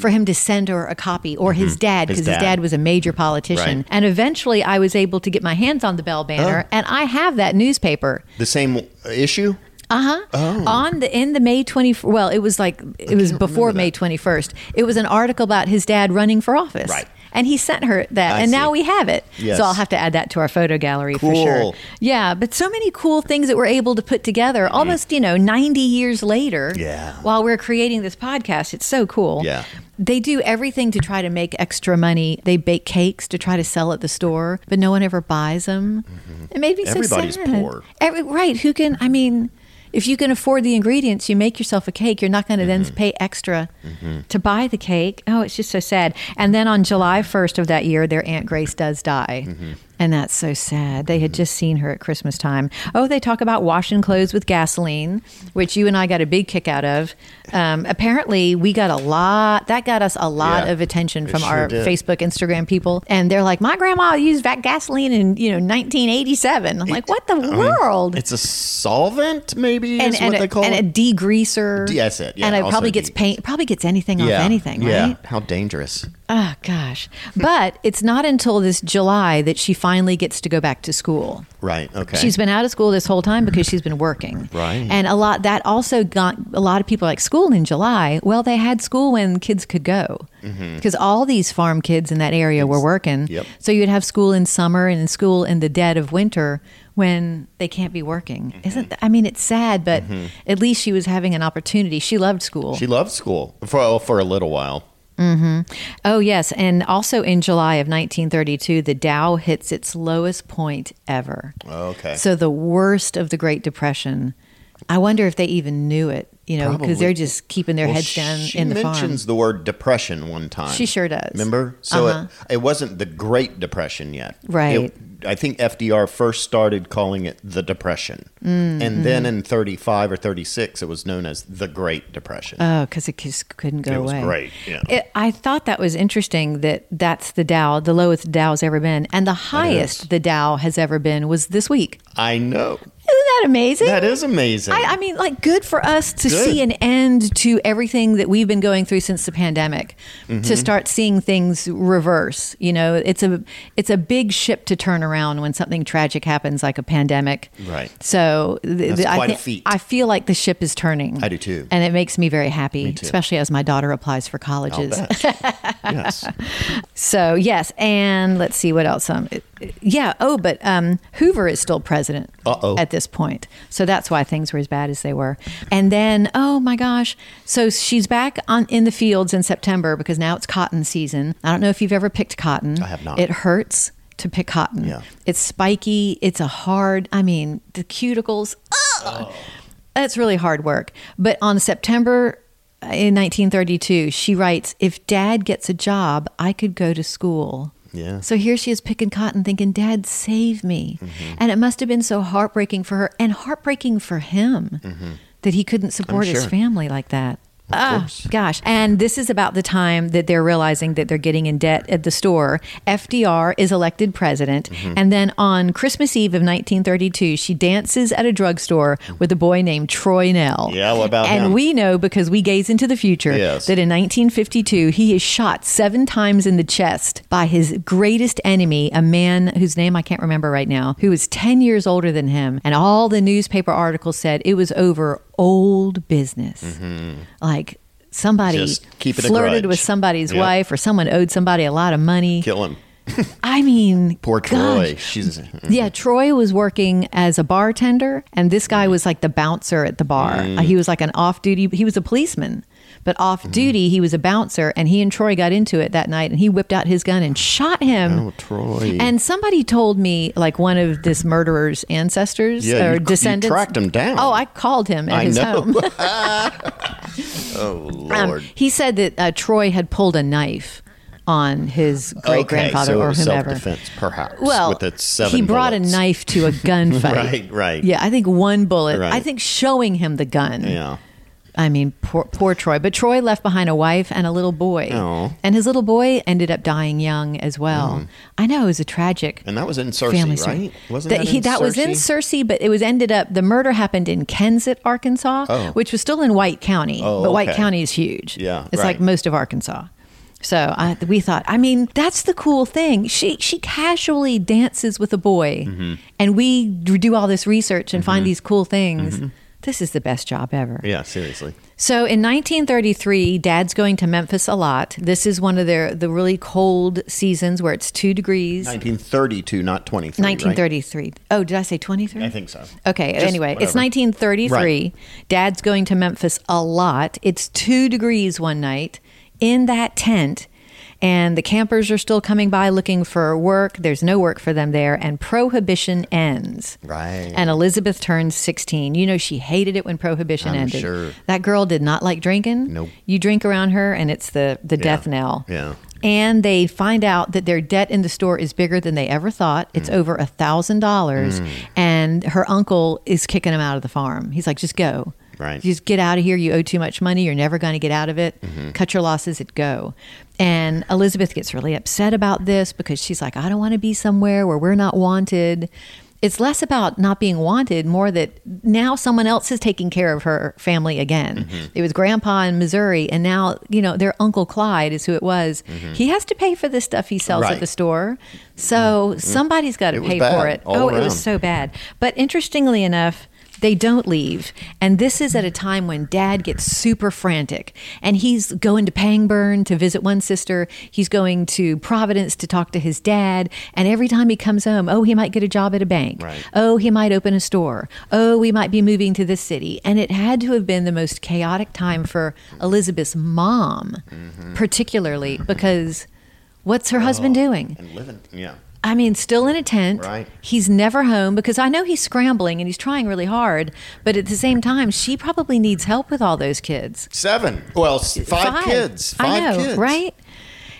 B: for him to send her a copy or his dad because his,
C: dad.
B: dad was a major politician.
C: Right.
B: And eventually I was able to get my hands on the Bell Banner and I have that newspaper.
C: The same issue.
B: Uh-huh.
C: Oh.
B: On the in the May 20 well, it was like it was before May 21st. It was an article about his dad running for office.
C: Right.
B: And he sent her that and now we
C: see.
B: have it.
C: Yes.
B: So I'll have to add that to our photo gallery for sure.
C: Cool. Mm.
B: Yeah, but so many cool things that we're able to put together almost, you know, 90 years later
C: Yeah.
B: while we're creating this podcast. It's so cool.
C: Yeah.
B: They do everything to try to make extra money. They bake cakes to try to sell at the store, but no one ever buys them. It made me
C: Mm-hmm. Everybody's
B: so sad.
C: poor.
B: Every, right? Who can? I mean, if you can afford the ingredients, you make yourself a cake. You're not going to
C: Mm-hmm.
B: then pay extra to buy the cake. Oh, it's just so sad. And then on July 1st of that year, their aunt Grace does die.
C: Mm-hmm.
B: And that's so sad. They had just seen her at Christmas time. Oh, they talk about washing clothes with gasoline, which you and I got a big kick out of. Um, apparently, we got a lot. That got us a lot
C: Yeah.
B: of attention from
C: sure
B: our
C: did.
B: Facebook, Instagram people, and they're like, "My grandma used vac gasoline in you know 1987." I'm like, "What the world?"
C: It's a solvent, maybe
B: and,
C: is
B: and
C: what
B: a,
C: they call
B: and a
C: it.
B: degreaser.
C: Yes, it- yeah,
B: and it
C: also
B: probably gets
C: degreaser.
B: paint, probably gets anything off anything, right?
C: Yeah. How dangerous.
B: Oh gosh! But it's not until this July that she finally gets to go back to school.
C: Right. Okay.
B: She's been out of school this whole time because she's been working.
C: Right.
B: And a lot that also got a lot of people like school in July. Well, they had school when kids could go because all these farm kids in that area were working.
C: Mm-hmm. Yep.
B: So you'd have school in summer and school in the dead of winter when they can't be working.
C: Mm-hmm.
B: Isn't th- I mean it's sad, but at least she was having an opportunity. She loved school.
C: She loved school oh, for for a little while.
B: Oh, yes. And also in July of 1932, the Dow hits its lowest point ever.
C: Oh, Okay.
B: So the worst of the Great Depression. I wonder if they even knew it, you know,
C: Probably.
B: because they're just keeping their
C: Well,
B: heads down
C: she
B: in the farm.
C: mentions the word depression one time.
B: She sure does. Uh-huh.
C: Remember? So it, it wasn't the Great Depression yet.
B: Right.
C: It- I think FDR first started calling it the Depression.
B: Mm,
C: And then in 35 or 36, it was known as the Great Depression.
B: Oh, because it just couldn't go
C: it was
B: away.
C: great. Yeah.
B: It, I thought that was interesting that that's the Dow, the lowest Dow's ever been. And the highest the Dow has ever been was this week.
C: I know.
B: Isn't that amazing?
C: That is amazing.
B: I, I mean, like, good for us to
C: Good.
B: see an end to everything that we've been going through since the pandemic.
C: Mm-hmm.
B: To start seeing things reverse, you know, it's a it's a big ship to turn around when something tragic happens, like a pandemic.
C: Right.
B: So th- th- I,
C: quite a
B: thi-
C: feat.
B: I feel like the ship is turning.
C: I do too.
B: and it makes me very happy, especially as my daughter applies for
C: I'll
B: colleges.
C: bet. yes.
B: So yes, and let's see what else. Um, it- it- yeah. Oh, but um, Hoover is still president
C: Uh-oh.
B: at this point, so that's why things were as bad as they were. And then, oh my gosh, so she's back on in the fields in September because now it's cotton season. I don't know if you've ever picked cotton. I
C: have not.
B: It hurts to pick cotton.
C: Yeah.
B: It's spiky. It's a hard. I mean, the cuticles. ugh! That's really hard work. But on September uh, in 1932, she writes, If dad gets a job, I could go to school.
C: Yeah.
B: So here she is picking cotton, thinking, Dad, save me.
C: Mm-hmm.
B: And it must have been so heartbreaking for her and heartbreaking for him that he couldn't support his
C: Mm-hmm. sure.
B: family like that. Ah, gosh. And this is about the time that they're realizing that they're getting in debt at the store. FDR is elected president.
C: Mm-hmm.
B: And then on Christmas Eve of 1932, she dances at a drugstore with a boy named Troy Nell.
C: Mm-hmm. Yeah, what about
B: And
C: him?
B: we know because we gaze into the future
C: Yes.
B: that in 1952, he is shot seven times in the chest by his greatest enemy, a man whose name I can't remember right now, who was 10 years older than him. And all the newspaper articles said it was over old business. Like, Somebody
C: Mm-hmm. Just keeping a
B: flirted
C: grudge.
B: with somebody's
C: Yep.
B: wife, or someone owed somebody a lot of money.
C: Kill him.
B: I mean,
C: Poor
B: gosh.
C: Troy. She's.
B: Yeah, Troy was working as a bartender, and this
C: Mm-hmm.
B: guy was like the bouncer at the bar.
C: Mm.
B: Uh, He was like an off duty, he was a policeman, but
C: Mm-hmm.
B: off duty, he was a bouncer. And he and Troy got into it that night, and he whipped out his gun and shot him.
C: Oh, Troy.
B: And somebody told me, like one of this murderer's ancestors
C: Yeah, you-
B: or
C: you
B: descendants.
C: tracked him down.
B: Oh, I called him at
C: I
B: his
C: know.
B: home.
C: oh,
B: Um,
C: Lord.
B: he said that uh, Troy had pulled a knife on his great grandfather
C: okay, so it
B: or
C: was
B: whomever.
C: self-defense, perhaps.
B: Well,
C: with its seven
B: he brought
C: bullets.
B: a knife to a gunfight.
C: Right, right.
B: Yeah, I think one bullet. I
C: Right.
B: think showing him the gun.
C: Yeah.
B: I mean, poor, poor Troy. But Troy left behind a wife and a little boy.
C: Aw. Mm.
B: And his little boy ended up dying young as well. I know it was a tragic
C: And that was in Cersei,
B: family story.
C: right? Wasn't
B: that,
C: that,
B: he,
C: in
B: that was in
C: Cersei?
B: Searcy, but it was ended up the murder happened in Kensett, Arkansas, which was still in White County.
C: Oh,
B: but White
C: okay.
B: County is huge.
C: Yeah,
B: it's like
C: right.
B: most of Arkansas. So I, we thought. I mean, that's the cool thing. She she casually dances with a boy,
C: Mm-hmm.
B: and we do all this research and find these cool things.
C: Mm-hmm.
B: This is the best job ever.
C: Yeah, seriously.
B: So in 1933, Dad's going to Memphis a lot. This is one of their the really cold seasons where it's two degrees.
C: 1932, not 23. right?
B: 1933. Oh, did I say 23?
C: I think so.
B: Okay,
C: Just
B: anyway, it's
C: whatever.
B: 1933.
C: Right.
B: Dad's going to Memphis a lot. It's two degrees one night in that tent, and the campers are still coming by looking for work. There's no work for them there, and prohibition ends.
C: Right.
B: And Elizabeth turns 16. You know, she hated it when prohibition
C: I'm
B: ended.
C: sure.
B: That girl did not like drinking.
C: Nope.
B: You drink around her, and it's the, the death knell
C: Yeah.
B: and they find out that their debt in the store is bigger than they ever thought. It's over a thousand dollars, and her uncle is kicking them out of the farm. He's like, "Just go,
C: Right.
B: Just get out of here. You owe too much money. You're never going to get out of it.
C: Mm-hmm.
B: Cut your losses and go." And Elizabeth gets really upset about this because she's like, "I don't want to be somewhere where we're not wanted." It's less about not being wanted, more that now someone else is taking care of her family again.
C: Mm-hmm.
B: It was grandpa in Missouri, and now, you know, their uncle Clyde is who it was. He has to pay for the stuff he sells at
C: Mm-hmm. Right. Mm-hmm.
B: the store. So somebody's got to
C: It was
B: pay
C: bad
B: for it.
C: all
B: oh, it
C: around.
B: was so bad. But interestingly enough, They don't leave. And this is at a time when dad gets super frantic. And he's going to Pangburn to visit one sister. He's going to Providence to talk to his dad. And every time he comes home, oh, he might get a job at a bank.
C: Right.
B: Oh, he might open a store. Oh, we might be moving to this city. And it had to have been the most chaotic time for Elizabeth's mom,
C: Mm-hmm.
B: particularly because what's her husband doing?
C: Oh, and living. Yeah.
B: I mean, still in a tent.
C: Right.
B: He's never home because I know he's scrambling and he's trying really hard. But at the same time, she probably needs help with all those kids.
C: Seven. Well, s- five, kids. Five
B: I know,
C: kids.
B: right?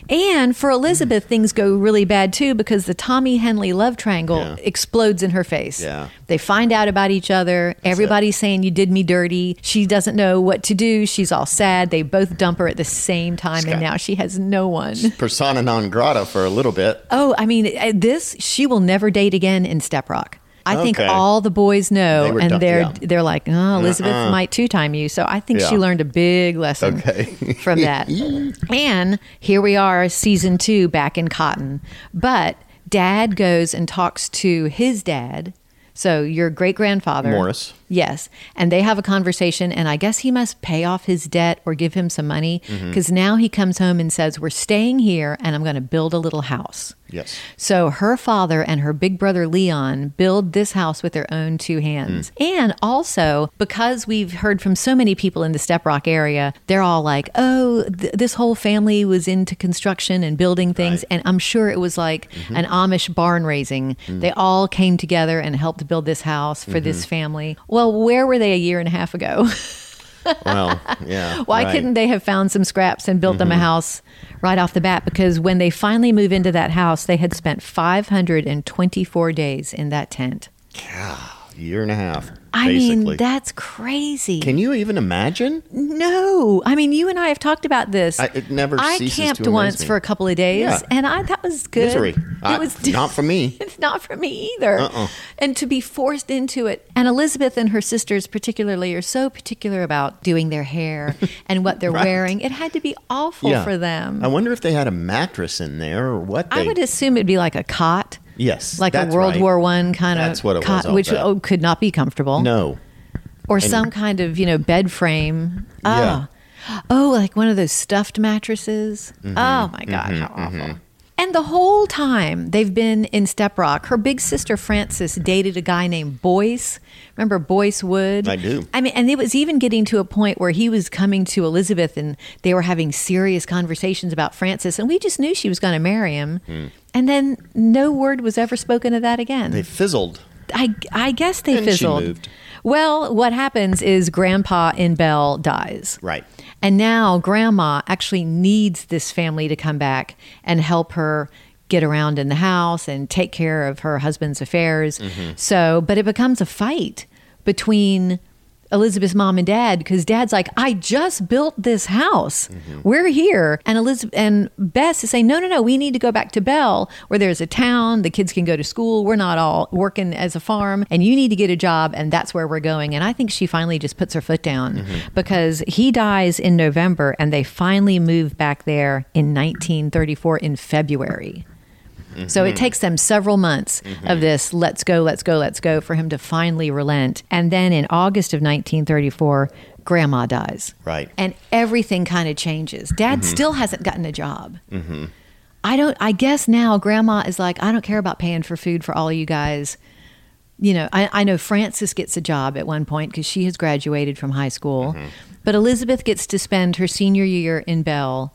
B: And for Elizabeth, things go really bad too because the Tommy Henley love triangle
C: Yeah.
B: explodes in her face.
C: Yeah.
B: They find out about each other. Everybody's saying, You did me dirty. She doesn't know what to do. She's all sad. They both dump her at the same time, and
C: got-
B: now she has no one.
C: Persona non grata for a little bit.
B: Oh, I mean, uh, this she will never date again in Step Rock. I think
C: Okay.
B: all the boys know,
C: They were
B: and
C: dumb-
B: they're
C: yeah.
B: they're like, oh, Elizabeth might two time you. So I think she
C: Yeah.
B: learned a big lesson
C: Okay.
B: from that. and here we are, season two, back in Cotton. But Dad goes and talks to his dad, so your great grandfather
C: Morris.
B: Yes. And they have a conversation, and I guess he must pay off his debt or give him some money
C: Mm-hmm.
B: because now he comes home and says, We're staying here and I'm going to build a little house.
C: Yes.
B: So her father and her big brother Leon build this house with their own two hands. And also, because we've heard from so many people in the Step Rock area, they're all like, oh, th- this whole family was into construction and building things. And I'm sure it was like an Amish barn raising. They all came together and helped build this house for this family. Well, where were they a year and a half ago?
C: Well, yeah.
B: Why
C: right. Mm-hmm.
B: couldn't they have found some scraps and built them a house right off the bat? Because when they finally move into that house, they had spent 524 days in that tent.
C: Year and a half.
B: I
C: basically.
B: mean, that's crazy.
C: Can you even imagine?
B: no, I mean, you and I have talked about this.
C: I- it never
B: I
C: ceases to
B: camped
C: amaze
B: once
C: me.
B: for a couple of days,
C: Yeah.
B: and I that was good.
C: Misery. I-
B: it was
C: not for me. Uh-uh.
B: it's not for me either. And to be forced into it. And Elizabeth and her sisters, particularly, are so particular about doing their hair and what they're
C: Right.
B: wearing. It had to be awful for them.
C: I wonder if they had a mattress in there or what. They,
B: I would assume it'd be like a cot,
C: Yes.
B: like a
C: that's
B: World
C: right.
B: War One kind
C: That's
B: of
C: what it was,
B: cot,
C: I'll
B: which
C: bet.
B: oh, could not be comfortable.
C: No.
B: or some kind of you know bed frame.
C: Yeah.
B: Oh, oh, like one of those stuffed mattresses.
C: Mm-hmm.
B: Oh my god, how awful. And the whole time they've been in Step Rock, her big sister Frances dated a guy named Boyce. Remember Boyce Wood?
C: I do.
B: I mean, and it was even getting to a point where he was coming to Elizabeth and they were having serious conversations about Frances, and we just knew she was going to marry him. And then no word was ever spoken of that again.
C: Hmm. They fizzled.
B: I, I guess they
C: And she
B: fizzled.
C: moved.
B: Well, what happens is Grandpa in Bell dies.
C: Right.
B: And now Grandma actually needs this family to come back and help her get around in the house and take care of her husband's affairs.
C: Mm-hmm.
B: So, but it becomes a fight between Elizabeth's mom and dad because dad's like, I just built this house.
C: Mm-hmm.
B: We're here. And Elizabeth and Bess is saying, No, no, no, we need to go back to Bell where there's a town, the kids can go to school. We're not all working as a farm, and you need to get a job, and that's where we're going. And I think she finally just puts her foot down because he dies in November and they finally move back there in 1934 in February. So it takes them several months of this let's go, let's go, let's go for him to finally relent. And then in August of 1934, grandma dies.
C: Right.
B: And everything kind of changes. Dad still hasn't gotten a job. I don't, I guess now grandma is like, I don't care about paying for food for all you guys. You know, I, I know Frances gets a job at one point because she has graduated from high school, but Elizabeth gets to spend her senior year in Bell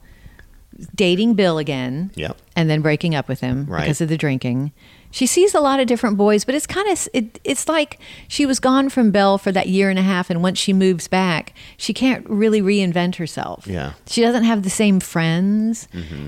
B: dating Bill again
C: Yep.
B: and then breaking up with him
C: Right.
B: because of the drinking. She sees a lot of different boys, but it's kind of it, it's like she was gone from Belle for that year and a half, and once she moves back, she can't really reinvent herself.
C: Yeah. Mm-hmm.
B: she doesn't have the same friends,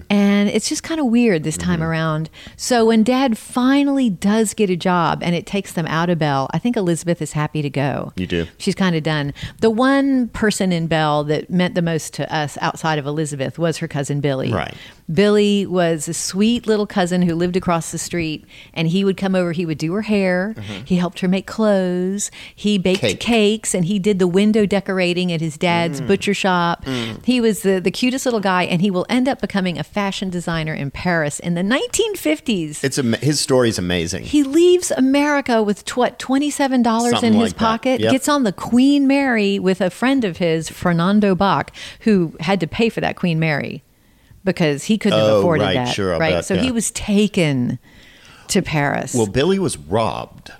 B: and it's just kind of weird this time around. So when Dad finally does get a job, and it takes them out of Belle, I think Elizabeth is happy to go.
C: You do.
B: She's kind of done. The one person in Belle that meant the most to us outside of Elizabeth was her cousin Billy.
C: Right.
B: Billy was a sweet little cousin who lived across the street and he would come over. He would do her hair. He helped her make clothes. He baked
C: Mm-hmm. Cake. Mm.
B: cakes, and he did the window decorating at his dad's butcher shop. He was the, the cutest little guy, and he will end up becoming a fashion designer in Paris in the 1950s.
C: It's ama- his story's amazing.
B: He leaves America with tw- what twenty-seven dollars in
C: Something
B: his
C: like that.
B: pocket.
C: Yep.
B: Gets on the Queen Mary with a friend of his, Fernando Bach, who had to pay for that Queen Mary because he couldn't have
C: Oh,
B: afforded
C: right,
B: that.
C: sure, I'll
B: right,
C: bet,
B: so he
C: yeah.
B: was taken to Paris.
C: Well, Billy was robbed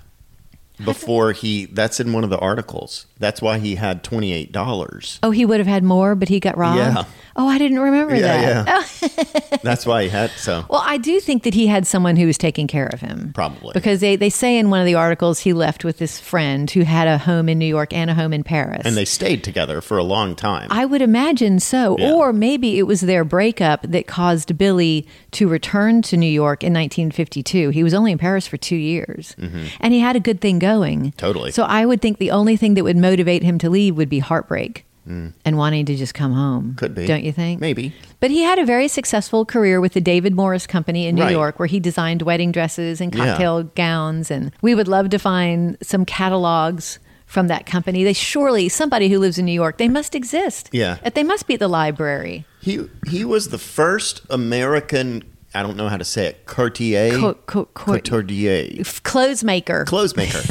C: before he. That's in one of the articles. That's why he had twenty eight dollars.
B: oh, he would have had more, but he got robbed.
C: Yeah.
B: Oh, I didn't remember that. Oh,
C: Yeah, yeah. that's why he had so.
B: Well, I do think that he had someone who was taking care of him.
C: Probably.
B: Because they, they say in one of the articles he left with this friend who had a home in New York and a home in Paris.
C: And they stayed together for a long time.
B: I would imagine so.
C: Yeah.
B: Or maybe it was their breakup that caused Billy to return to New York in 1952. He was only in Paris for two years and he had a good thing going.
C: Mm-hmm. Totally.
B: So I would think the only thing that would motivate him to leave would be heartbreak and wanting to just come home.
C: Mm. Could be.
B: Don't you think?
C: Maybe.
B: But he had a very successful career with the David Morris Company in New
C: Right.
B: York, where he designed wedding dresses and
C: Yeah.
B: cocktail gowns. And we would love to find some catalogs from that company. They surely, somebody who lives in New York, they must exist.
C: Yeah.
B: Uh, They must be at the library.
C: He he was the first American. I don't know how to say it. Cartier.
B: Co- co- co-
C: Couturier.
B: F- Clothes maker.
C: Clothes maker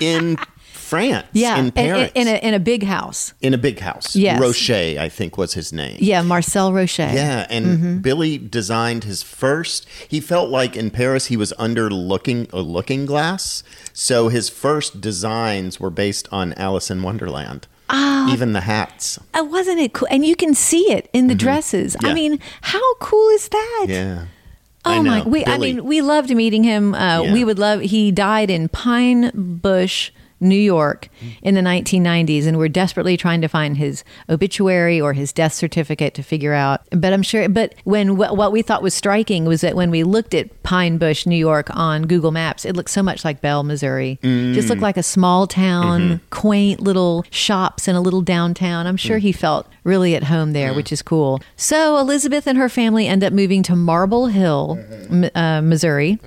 C: in France.
B: yeah.
C: In
B: in- in-
C: Paris.
B: In, a, in a big house.
C: in a big house.
B: Yes.
C: Rocher, I think, was his name.
B: Yeah. Mm-hmm. Marcel Rocher.
C: Yeah, and Billy designed his first. He felt like in Paris he was under looking a looking glass, so his first designs were based on Alice in Wonderland.
B: Ah.
C: Even the hats.
B: Uh, wasn't it cool? And you can see it in the dresses. I
C: Mm-hmm. Yeah.
B: mean, how cool is that?
C: Yeah.
B: Oh
C: I
B: my!
C: know.
B: We, I
C: Billy.
B: mean, we loved meeting him. Uh,
C: Yeah.
B: We would love. He died in Pine Bush, New York, in the 1990s, and we're desperately trying to find his obituary or his death certificate to figure out. But I'm sure. But when wh- what we thought was striking was that when we looked at Pine Bush, New York, on Google Maps, it looked so much like Bell, Missouri. Just looked like a small town, quaint little shops and a little downtown. I'm sure he felt really at home there, which is cool. So Elizabeth and her family end up moving to Marble Hill, M- uh, Missouri,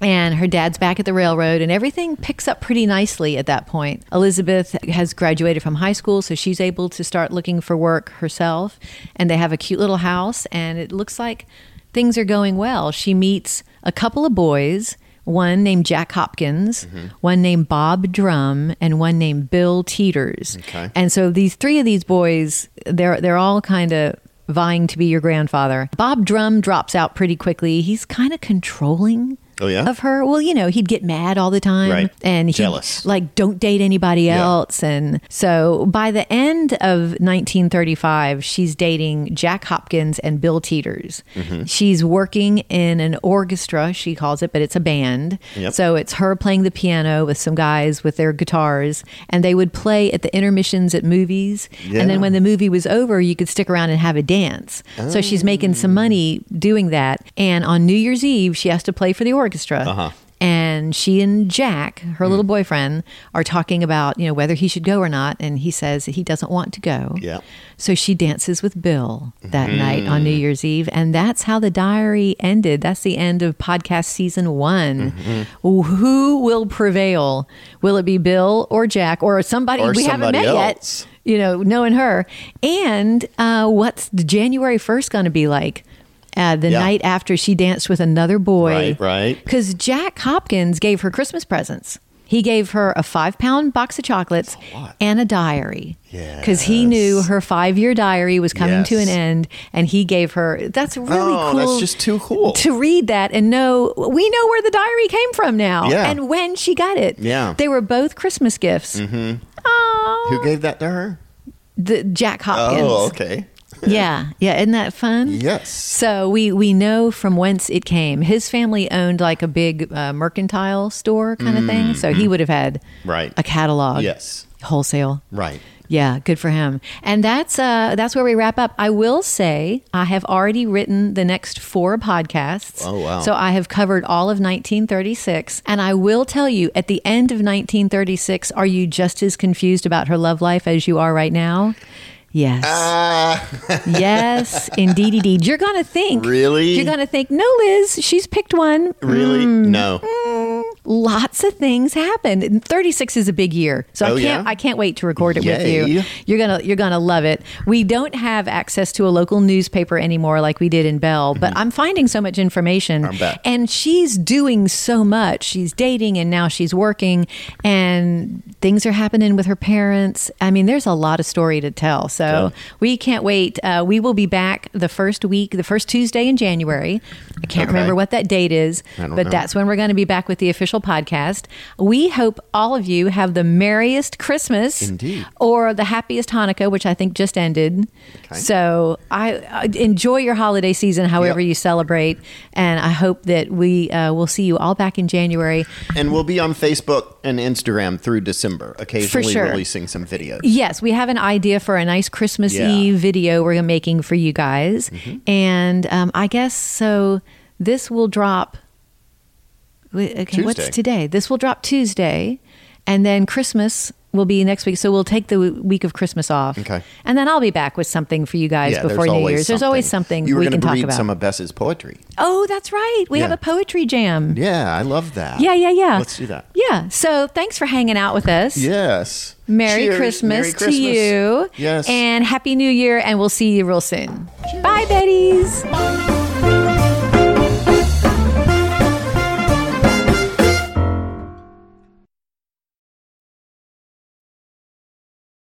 B: and her dad's back at the railroad, and everything picks up pretty nicely at that point. Elizabeth has graduated from high school, so she's able to start looking for work herself, and they have a cute little house, and it looks like things are going well. She meets a couple of boys. One named Jack Hopkins, one named Bob Drum, and one named Bill Teeters.
C: Okay.
B: And so these three of these boys, they're they're all kind of vying to be your grandfather. Bob Drum drops out pretty quickly. He's kind of controlling.
C: Oh, yeah?
B: Of her. Well, you know, he'd get mad all the time
C: Right.
B: and he'd,
C: Jealous.
B: like don't date anybody else and so by the end of 1935 she's dating Jack Hopkins and Bill Teeters.
C: Mm-hmm.
B: She's working in an orchestra, she calls it, but it's a band.
C: Yep.
B: So it's her playing the piano with some guys with their guitars and they would play at the intermissions at movies and
C: Yeah.
B: then when the movie was over, you could stick around and have a dance. So she's making
C: Oh.
B: some money doing that. And on New Year's Eve, she has to play for the orchestra.
C: Uh-huh.
B: And she and Jack, her
C: Mm.
B: little boyfriend, are talking about, you know, whether he should go or not. And he says that he doesn't want to go.
C: Yeah. Mm-hmm.
B: So she dances with Bill that night on New Year's Eve. And that's how the diary ended. That's the end of podcast season one.
C: Mm-hmm.
B: Who will prevail? Will it be Bill or Jack or somebody
C: Or
B: we haven't
C: somebody
B: met
C: else.
B: yet? You know, knowing her. And uh, what's the January 1st going to be like? Uh, the
C: Yeah.
B: night after she danced with another boy.
C: Right, right.
B: Because Jack Hopkins gave her Christmas presents. He gave her a five pound box of chocolates and a diary. Yeah. Because he knew her five year diary was coming to an
C: Yes.
B: end and he gave her that's really
C: Oh,
B: cool.
C: that's just too cool.
B: To read that and know we know where the diary came from now.
C: Yeah.
B: And when she got it.
C: Yeah.
B: They were both Christmas gifts. Mm-hmm.
C: Who gave that to her?
B: the Jack Hopkins.
C: Oh, okay.
B: yeah. Yeah. Isn't that fun?
C: Yes.
B: So we we know from whence it came. His family owned like a big uh, mercantile store kind of thing, so he would have had
C: Right.
B: a catalog.
C: Mm-hmm. Yes.
B: wholesale.
C: Right.
B: Yeah, good for him. And that's uh, that's where we wrap up. I will say I have already written the next four podcasts.
C: Oh, wow.
B: So I have covered all of 1936, and I will tell you at the end of 1936, are you just as confused about her love life as you are right now? Yes.
C: Ah,
B: yes, indeed, indeed. You're going to think.
C: Really?
B: You're going to think, no, Liz, she's picked one.
C: really?
B: Hmm.
C: No.
B: Lots of things happened. And 36 is a big year. So
C: Oh,
B: I can't
C: yeah?
B: I can't wait to record it with you.
C: Yay.
B: You're going to you're going to love it. We don't have access to a local newspaper anymore like we did in Bell, but I'm finding so much information.
C: Mm-hmm. bet.
B: And she's doing so much. She's dating and now she's working and things are happening with her parents. I mean, there's a lot of story to tell. So we can't wait. Uh, we will be back the first week, the first Tuesday in January. I can't
C: Okay.
B: remember what that date is, but
C: don't know.
B: that's when we're going to be back with the official podcast. We hope all of you have the merriest Christmas
C: Indeed.
B: or the happiest Hanukkah, which I think just ended. So I, I enjoy your holiday season, however
C: Yep.
B: you celebrate, and I hope that we uh, will see you all back in January.
C: And we'll be on Facebook and Instagram through December, occasionally
B: sure.
C: releasing some videos.
B: Yes, we have an idea for a nice Christmas
C: Yeah. Mm-hmm.
B: Eve video we're making for you guys, and um, I guess so. This will drop. wait, Okay, what's
C: Tuesday.
B: today? This will drop Tuesday, and then Christmas will be next week. So we'll take the w- week of Christmas off.
C: Okay.
B: and then I'll be back with something for you guys before New Year's. There's always something
C: You were
B: we
C: gonna
B: can talk
C: read
B: about.
C: some of Bess's poetry.
B: oh, that's right. We
C: Yeah.
B: have a poetry jam.
C: Yeah, I love that.
B: Mm. Yeah, yeah, yeah.
C: Let's do that.
B: Yeah. So thanks for hanging out with us.
C: Yes.
B: Merry
C: Cheers.
B: Christmas
C: Merry
B: to
C: Christmas.
B: you.
C: Yes.
B: And Happy New Year, and we'll see you real soon. Bye, Betties.